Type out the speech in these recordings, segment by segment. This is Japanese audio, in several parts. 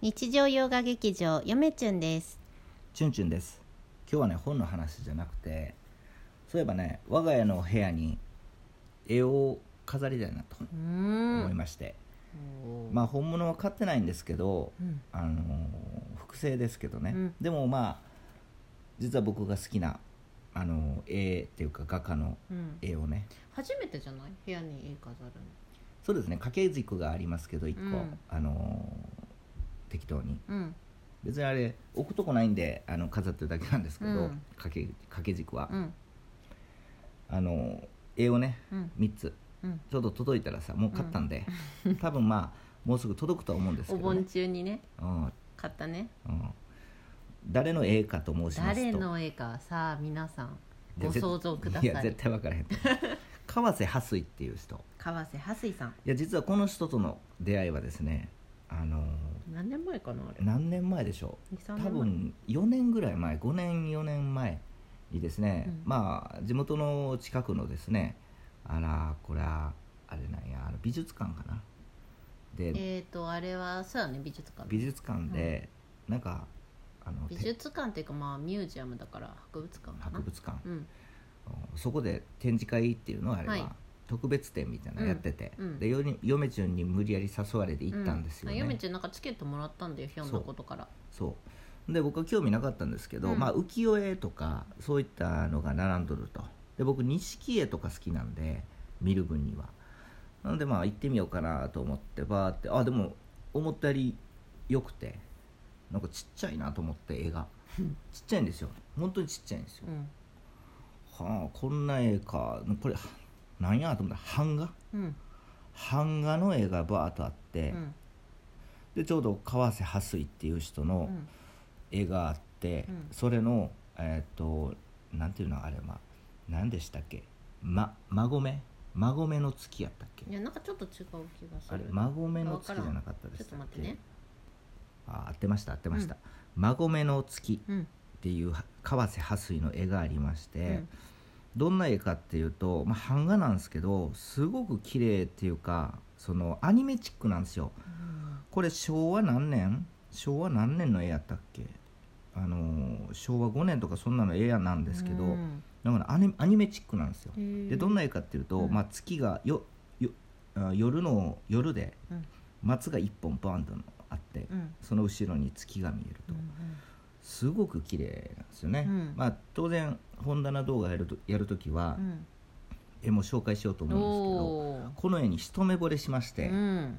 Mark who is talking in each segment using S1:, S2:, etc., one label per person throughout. S1: 日常洋画劇場よめちゅんです
S2: チュンチュンです今日はね本の話じゃなくてそういえばね我が家の部屋に絵を飾りたいなと
S1: うー
S2: 思い
S1: ん
S2: まして、
S1: おー
S2: まあ本物は買ってないんですけど、
S1: うん
S2: あのー複製ですけどね、
S1: うん
S2: でもまあ実は僕が好きなあのー絵っていうか画家の
S1: うん
S2: 絵をね
S1: 初めてじゃない部屋に絵飾る
S2: そうですね掛け軸がありますけど1個、
S1: うん
S2: あのー適当に
S1: のうん
S2: 別にあれ置くとこないんであの飾ってるだけなんですけど、
S1: うん
S2: 掛け掛け軸は、
S1: うん
S2: あのー絵をね
S1: うん
S2: 3つ
S1: うん
S2: ちょうど届いたらさもう買ったんで、多分まあもうすぐ届くとは思うんです
S1: お
S2: けどね、
S1: 盆中にね
S2: うんうん、
S1: 買ったね
S2: 誰の絵かと申しますと
S1: 誰の絵かさあ皆さん
S2: で
S1: ご
S2: ぜ
S1: 想像ください
S2: や絶対分からへん と思う川瀬蓮水っていう人い
S1: 川瀬はすいさん
S2: や実はこの人との出会いはですねあのー
S1: 何年前かなあれ
S2: 何年前でしょう
S1: 23
S2: 多
S1: 年前
S2: 分4年ぐらい前5年4年前にですね、
S1: うん
S2: まあ地元の近くのですねあらこれはあれなんやあの美術館かなで、
S1: えっとあれはそうだね美術館
S2: 美術館で、なんかあの
S1: 美
S2: て
S1: 術館っていうかまあミュージアムだから博物館かな
S2: 博物館、
S1: うん
S2: そこで展示会っていうのはあれは、
S1: はい
S2: 特別展みたいなのやってて、
S1: うんうん
S2: でよに嫁ちゃんに無理やり誘われて行ったんですよね、
S1: うあゆめちゃんなんかチケットもらったんだよひょんなことから
S2: そうで僕は興味なかったんですけど、
S1: うん
S2: まあ、浮世絵とかそういったのが並んどるとで僕錦絵とか好きなんで見る分にはなのでまあ行ってみようかなと思ってバーってあでも思ったより良くてなんかちっちゃいなと思って 絵がちっちゃいんですよ本当にちっちゃいんですよ
S1: うん
S2: はあこんな絵かこれなんやと思ったら版画
S1: うん
S2: 版画の絵がバーっとあっ
S1: う
S2: て、
S1: ん
S2: でちょうど川瀬蓮水っていう人の、
S1: うん
S2: 絵があって、
S1: うん
S2: それのえっ、となんていうのあれは何でしたっけま孫目孫目の月やったっけ
S1: いやなんかちょっと違う気がす
S2: あれ
S1: る
S2: 孫目の月じゃなかったで
S1: ちょ
S2: し
S1: っと
S2: た
S1: 待って
S2: け
S1: ね
S2: あ合ってました合ってました、孫目の月
S1: うん
S2: っていう川瀬蓮水の絵がありまして、
S1: うん
S2: どんな絵かっていうと、まあ、版画なんですけどすごく綺麗っていうかそのアニメチックなんですよこれ昭和何年昭和何年の絵やったっけあのー昭和5年とかそんなの絵やなんですけど、
S1: うん
S2: だからアニアニメチックなんですよ
S1: へー
S2: でどんな絵かっていうと、
S1: うん
S2: まあ、月がよよあ夜の夜で
S1: うん
S2: 松が一本バーンとあって、
S1: うん
S2: その後ろに月が見える
S1: う
S2: と、
S1: ん
S2: すごく綺麗なんですよね、
S1: うん
S2: まあ当然本棚動画やるとやる時は
S1: うん
S2: 絵も紹介しようと
S1: うん
S2: 思うんですけど、
S1: おー
S2: この絵に一目惚れしまし
S1: う
S2: て、
S1: ん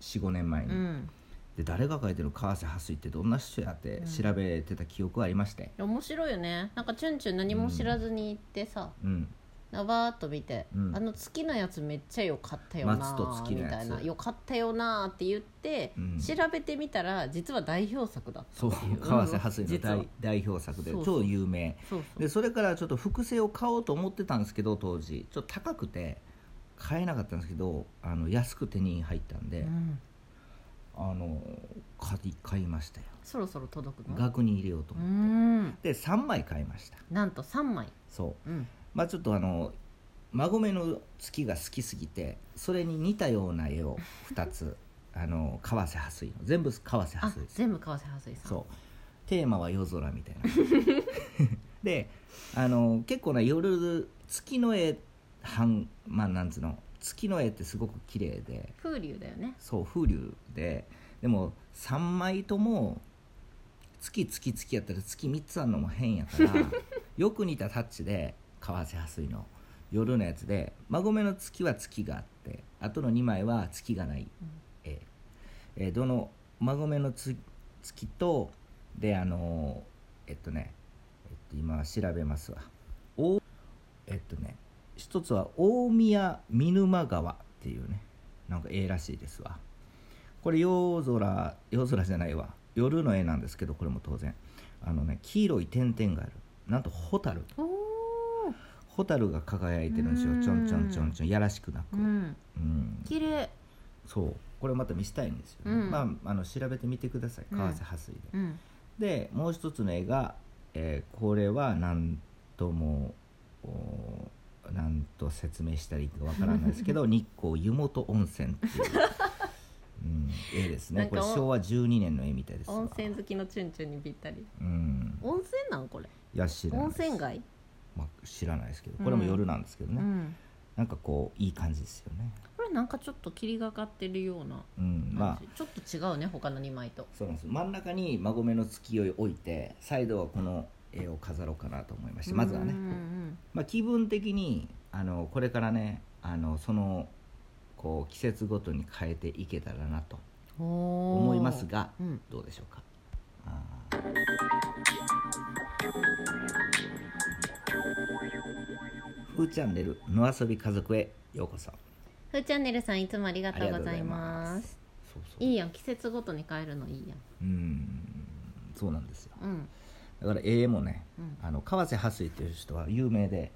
S2: 45年前に、
S1: うん
S2: で誰が描いてる川瀬蓮水ってどんな人やって
S1: うん
S2: 調べてた記憶はありまして
S1: 面白いよねなんかチュンチュン何も知らずに行ってさ
S2: うん、
S1: なばーっと見て、
S2: うん
S1: あの月のやつめっちゃ良かったよな
S2: 松と月のやつ
S1: みたいな良かったよなーって言って、
S2: うん
S1: 調べてみたら実は代表作だった
S2: そう
S1: っていう
S2: 川瀬蓮水の
S1: 実は
S2: 大代表作で
S1: そうそう
S2: 超有名
S1: そうそう
S2: でそれからちょっと複製を買おうと思ってたんですけど当時ちょっと高くて買えなかったんですけどあの安く手に入ったんで、
S1: うん
S2: あの買い買いましたよ
S1: そろそろ届くの
S2: 額に入れようと
S1: う
S2: 思って、
S1: ん
S2: で3枚買いました
S1: なんと3枚
S2: そう
S1: うん
S2: まあちょっとあの孫目の月が好きすぎてそれに似たような絵を2つ あの川瀬蓮水の全部川瀬
S1: あ
S2: 蓮水
S1: 全部川瀬はすいさん
S2: そうテーマは夜空みたいな であの結構ね夜月の絵半まあなんつうの月の絵ってすごく綺麗で
S1: 風流だよね
S2: そう風流ででも3枚とも月月月やったら月3つあるのも変やからよく似たタッチで川瀬蓮水の夜のやつで孫目の月は月があってあとの2枚は月がない絵、えーどの孫目のつ月とであのーえっとね、えっと、今調べますわおえっとね一つは大宮見沼川っていうねなんか絵らしいですわこれ夜空夜空じゃないわ夜の絵なんですけどこれも当然あのね黄色い点々があるなんと蛍
S1: おお
S2: 蛍が輝いてるんですよ
S1: うん
S2: ちょんちょんちょんちょんやらしくな
S1: う
S2: く、
S1: ん
S2: うん
S1: 綺麗
S2: そうこれまた見せたいんですよね、
S1: うん
S2: まああの調べてみてください
S1: うん
S2: 川瀬蓮水で、
S1: うん
S2: でもう一つの絵が、えーこれは何ともお 何と説明したらいいかわからないですけど日光湯本温泉っていううん、絵ですね
S1: なん
S2: こ
S1: か
S2: れ
S1: お
S2: 昭和12年の絵みたいですわ
S1: 温泉好きのチュンチュンにぴったり
S2: うん
S1: 温泉なんこれ
S2: いや知らない
S1: 温
S2: です
S1: 泉街
S2: まあ、知らないですけどこれも夜なんですけどね、
S1: うん
S2: なんかこういい感じですよね
S1: これなんかちょっと霧がかってるような
S2: うんまあ
S1: 感じちょっと違うね他の2枚と
S2: そうなんです真ん中に馬込の月を置いて再度はこの絵を飾ろうかなと思いましてまずはね
S1: うん、うん
S2: まあ、気分的にあのこれからねあのそのこう季節ごとに変えていけたらなと
S1: うん
S2: 思いますが
S1: おーうん
S2: どうでしょうかあーふーチャンネル「の遊び家族」へようこそ
S1: ふーチャンネルさんいつもありがとうござい
S2: ありがとうございま
S1: ますす
S2: そうそう
S1: いいやん季節ごとに変えるのいいやん
S2: うんそうなんですよ
S1: うん
S2: だから絵もね
S1: うん
S2: あの川瀬ハスイっていう人は有名で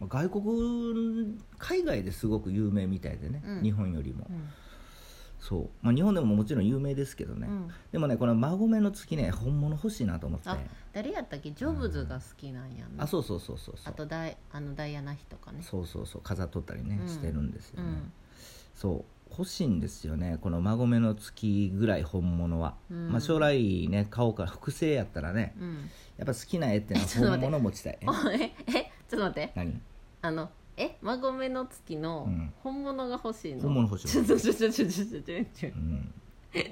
S1: うん
S2: まあ外国海外ですごく有名みたいでね、
S1: うん
S2: 日本よりも、
S1: うん
S2: そう、まあ、日本でももちろん有名ですけどね、
S1: うん
S2: でもねこの孫目の月ね本物欲しいなと思って
S1: あ誰やったっけジョブズが好きなんやな
S2: あそうそうそうそうそ
S1: あ
S2: う
S1: とダイあのダイアナ妃とかね
S2: そうそうそう飾っとったりね、
S1: うん
S2: してるんです
S1: う
S2: よね、
S1: ん
S2: そう欲しいんですよねこの孫目の月ぐらい本物は、
S1: うん
S2: まあ、将来ね買おうから複製やったらね
S1: うん
S2: やっぱ好きな絵ってのは
S1: ちょっと待
S2: 本
S1: って
S2: 物持ちたいえ
S1: おええちょっと待って
S2: 何
S1: あのえ孫目の月の
S2: うん
S1: 本物が欲しいの、
S2: 本物欲しい
S1: ちょちょちょちょちょちょちょちょちょ
S2: うん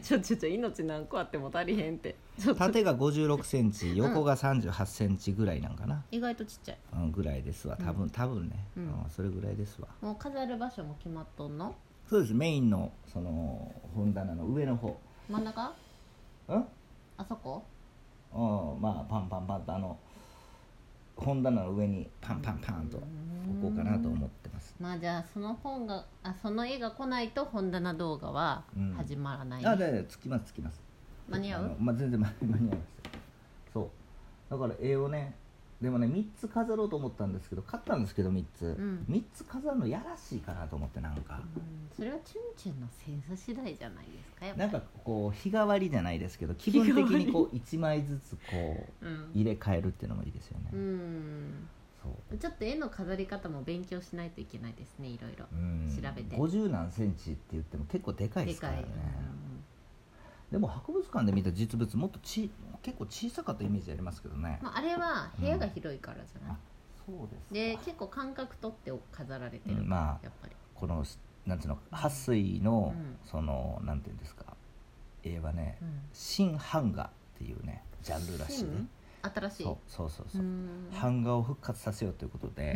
S1: ちょちょちょ命何個あっても足りへんってちょっと
S2: 縦が5 6ンチ横が3 8ンチぐらいなんかな、
S1: 意外とちっちゃい
S2: うん、ぐらいですわ多分、多分ね、う
S1: うんん
S2: それぐらいですわ
S1: もう飾る場所も決まっとんの
S2: そうですメインのその本棚の上の方
S1: 真ん中
S2: うん、う
S1: あそこ
S2: ん、まあパンパンパンとあの本棚の上にパンパンパンと置こうかなと思ってます
S1: まあじゃあその本があその絵が来ないと本棚動画は
S2: うん
S1: 始まらない、
S2: あだいだいつきますつきます
S1: 間に合
S2: あ
S1: う
S2: のまあ、全然間 間に合いますよそうだから絵をねでもね3つ飾ろうと思ったんですけど買ったんですけど3つ、
S1: ん
S2: 3つ飾るのやらしいかなと思ってなんか、
S1: うんそれはチュンチュンのセンス次第じゃないですかやっぱ
S2: なんかこう日替わりじゃないですけど気分的にこう1枚ずつこう
S1: うん、
S2: 入れ替えるっていうのもいいですよね、
S1: うん、
S2: そう
S1: ちょっと絵の飾り方も勉強しないといけないですねいろいろ
S2: うん
S1: 調べて
S2: 50何センチって言っても結構でかいで
S1: です
S2: から
S1: か
S2: ね
S1: い、
S2: でも博物館で見た実物もっとち結構小さかったイメージありますけどね、
S1: うんまあ、あれは部屋が広いからじゃない、
S2: そうです
S1: で
S2: か
S1: 結構間隔取って飾られてる、
S2: うんまあ
S1: やっぱり
S2: このなんていうの撥水の、
S1: うん
S2: そのなんていうんですか絵はね、
S1: うん
S2: 新版画っていうねジャンルらしいね
S1: 新新しい
S2: そうそうそうそうう
S1: ーん
S2: 版画を復活させようということで
S1: へ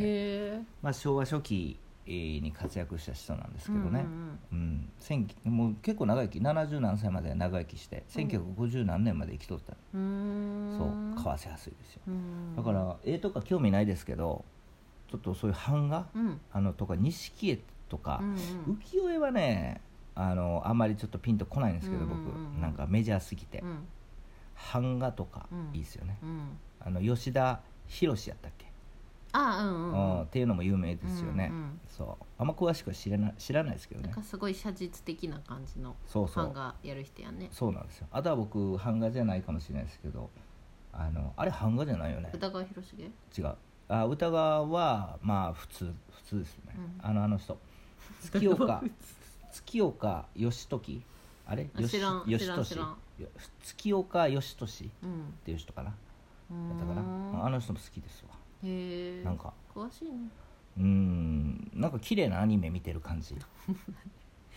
S1: え
S2: まあ、昭和初期えーに活躍した人なんですけどね
S1: うんう、ん
S2: うん千もう結構長生き70何歳まで長生きして
S1: うん
S2: 1950何年まで生きとった、
S1: うん、うーん
S2: そう為替安いですよ、
S1: うん
S2: だから絵とか興味ないですけどちょっとそういう版画、
S1: うんうん
S2: あのとか錦絵とか
S1: う、ん
S2: 浮世絵はねあのあんまりちょっとピンとこないんですけど、
S1: うんうんうん
S2: 僕なんかメジャーすぎて、
S1: うん
S2: 版画とか
S1: うん
S2: いいですよね、
S1: うん
S2: あの吉田博やったっけ、
S1: あうん
S2: う
S1: うんんうん
S2: っていうのも有名ですよね、
S1: うんうん
S2: そうあんま詳しくは知らな知らないですけど
S1: なん
S2: ね
S1: かすごい写実的な感じの
S2: そう
S1: フ
S2: そ
S1: ァン
S2: う
S1: がやる人やね
S2: そうなんですよあとは僕版画じゃないかもしれないですけどあのあれ版画じゃないよね
S1: 歌川広重
S2: 違うあ歌川はまあ普通普通ですね、
S1: う
S2: あのあ の人月岡月岡義時あれ
S1: あ知らん
S2: 義
S1: 知らん
S2: 義
S1: 知らん
S2: 時よ月岡義時っ
S1: うん
S2: ていう人かな
S1: う
S2: だ
S1: ー
S2: ったかなんあの人も好きですわ
S1: へえ
S2: なんか
S1: 詳しいね
S2: うーんなんか綺麗なアニメ見てる 感じ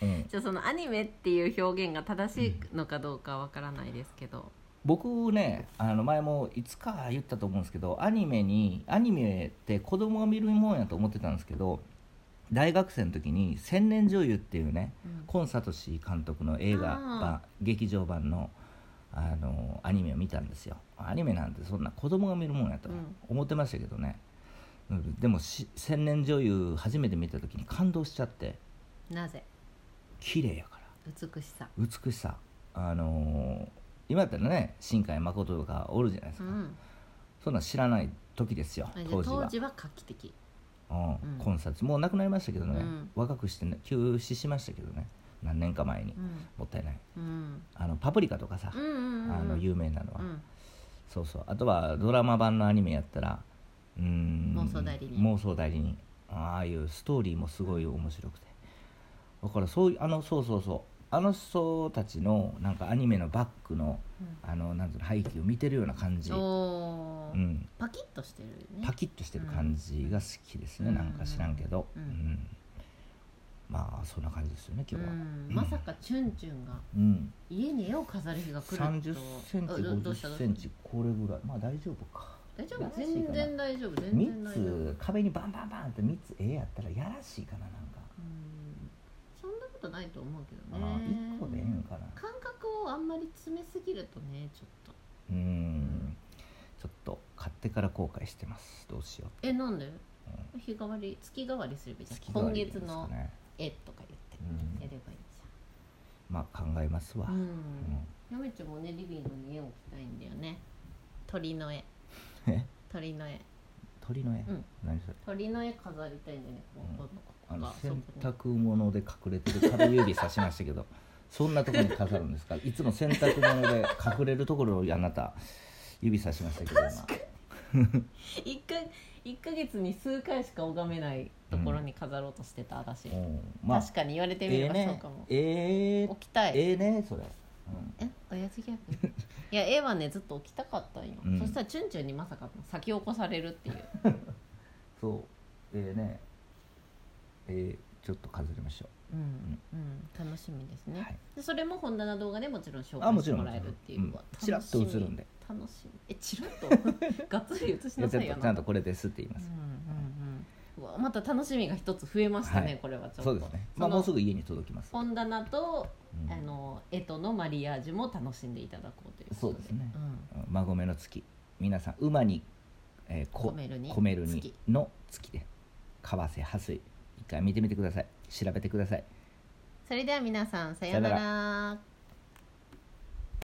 S2: うん
S1: じゃあそのアニメっていう表現が正しいのかどうかわからないですけど、
S2: 僕ねあの前もいつか言ったと思うんですけどアニメにアニメって子供が見るもんやと思ってたんですけど大学生の時に「千年女優」っていうね
S1: うん
S2: コンサトシ監督の映画版
S1: あ
S2: 劇場版のあのアニメを見たんですよアニメなんてそんな子供が見るもんやと
S1: うん
S2: 思ってましたけどね、うんでもし千年女優初めて見た時に感動しちゃって
S1: なぜ
S2: 綺麗やから
S1: 美しさ
S2: 美しさあのー今やったらね新海誠とかおるじゃないです
S1: う
S2: か、
S1: ん
S2: そんなん知らない時ですよ
S1: あじゃあ
S2: 当
S1: 当
S2: 時
S1: 時
S2: は
S1: は画期的
S2: うん
S1: うん
S2: コンサートもう亡くなりましたけどね、
S1: うん
S2: 若くして、ね、休止しましたけどね何年か前に、
S1: うん
S2: もったいない
S1: うん
S2: あのパプリカとかさ、
S1: うんうんうん
S2: あの有名なのは、
S1: うん
S2: そうそうあとはドラマ版のアニメやったらうーん
S1: 妄想代理人
S2: 妄想代理人ああいうストーリーもすごい面白くてだからそういうあのそうそうそうあの人たちのなんかアニメのバックの
S1: うん
S2: あのなんていうの背景を見てるような感じ、う
S1: おー
S2: ん、
S1: パキッとしてるよね
S2: パキッとしてる感じが好きですね、
S1: うん
S2: なんか知らんけど、
S1: うん
S2: まあそんな感じですよね今日は
S1: う。んまさかチュンチュンが
S2: うん
S1: 家に絵を飾る日が来ると
S2: 30センチ
S1: あどどうしたど
S2: 50
S1: う
S2: セ
S1: し
S2: ン
S1: た
S2: チこれぐらいまあ大丈夫か
S1: 大丈
S2: やら
S1: 夫
S2: しいかな
S1: 全然大丈夫全然
S2: 3
S1: 大丈夫うん
S2: つ壁にバンバンバンって3つ絵やったらやらしいかななんか、
S1: そんなことないと思うけ
S2: あ
S1: ど
S2: あ
S1: ね
S2: 1個でええんかな
S1: 感覚をあんまり詰めすぎるとねちょっと
S2: うんちょっと買ってから後悔してますどうしよ
S1: えなんで
S2: う、うん
S1: 日替わり月替わりすればいいじゃん
S2: 月替わ
S1: 今
S2: りでいい
S1: 月
S2: ですか
S1: の
S2: ね
S1: 絵とか言って
S2: うん
S1: やればいいじ
S2: まあ考えますわ、
S1: ゃん
S2: うん
S1: うんやめちゃんもねリビングに絵を置きたいんだよね鳥の絵
S2: え
S1: 鳥の絵
S2: 鳥の絵、
S1: うん
S2: 何それ
S1: 鳥の絵飾りたいんだよねここの
S2: あ
S1: ここ
S2: の
S1: がそこ
S2: 洗
S1: に
S2: 濯物で隠れてる壁指さしましたけど そんなとこに飾るんですかいつも洗濯物で隠れるところをあなた指さしましたけど今
S1: 一か一ヶ月に数回しか拝めないところに飾ろうとしてた私、
S2: うんまあ
S1: 確かに言われてみ
S2: え
S1: れ
S2: え
S1: ばそう
S2: ね
S1: かも、
S2: ええ
S1: 置きたい
S2: ええねそれ、うん
S1: え親父ギャグい や絵はねずっと置きたかったんよ、
S2: うん
S1: そしたらチュンチュンにまさか先起こされるっていう
S2: そうええねええちょっと飾りましょ
S1: うん、うん、楽しみです
S2: う、
S1: ね、
S2: はい、
S1: でそれも本棚動画でもちろん紹
S2: あ
S1: 介
S2: も
S1: し
S2: ち
S1: て
S2: ろん
S1: も
S2: も
S1: らえ
S2: ちろん
S1: るっていうう、
S2: ん
S1: わ
S2: チラッと映るんで
S1: 楽しみえチラッと がっつり映し
S2: いや
S1: な
S2: ち
S1: さ
S2: ょっ
S1: いよ
S2: と
S1: な
S2: ちゃんとこれですって言いま
S1: うん
S2: す、
S1: うんうんうわまた楽しみが一つ増えましたね、
S2: はい
S1: これはちょっと
S2: そうですねま
S1: そ
S2: あ
S1: の
S2: もうすぐ家に届きます、
S1: 本棚と
S2: うん
S1: あの絵とのマリアージュも楽しんでいただこうということ
S2: そうですね
S1: ん
S2: 馬込の月皆さん馬に、えー、こ
S1: 込めるに
S2: 込める
S1: 月
S2: にの月で川瀬破水一回見てみてください調べてください
S1: それでは皆さんさような
S2: さよ
S1: ら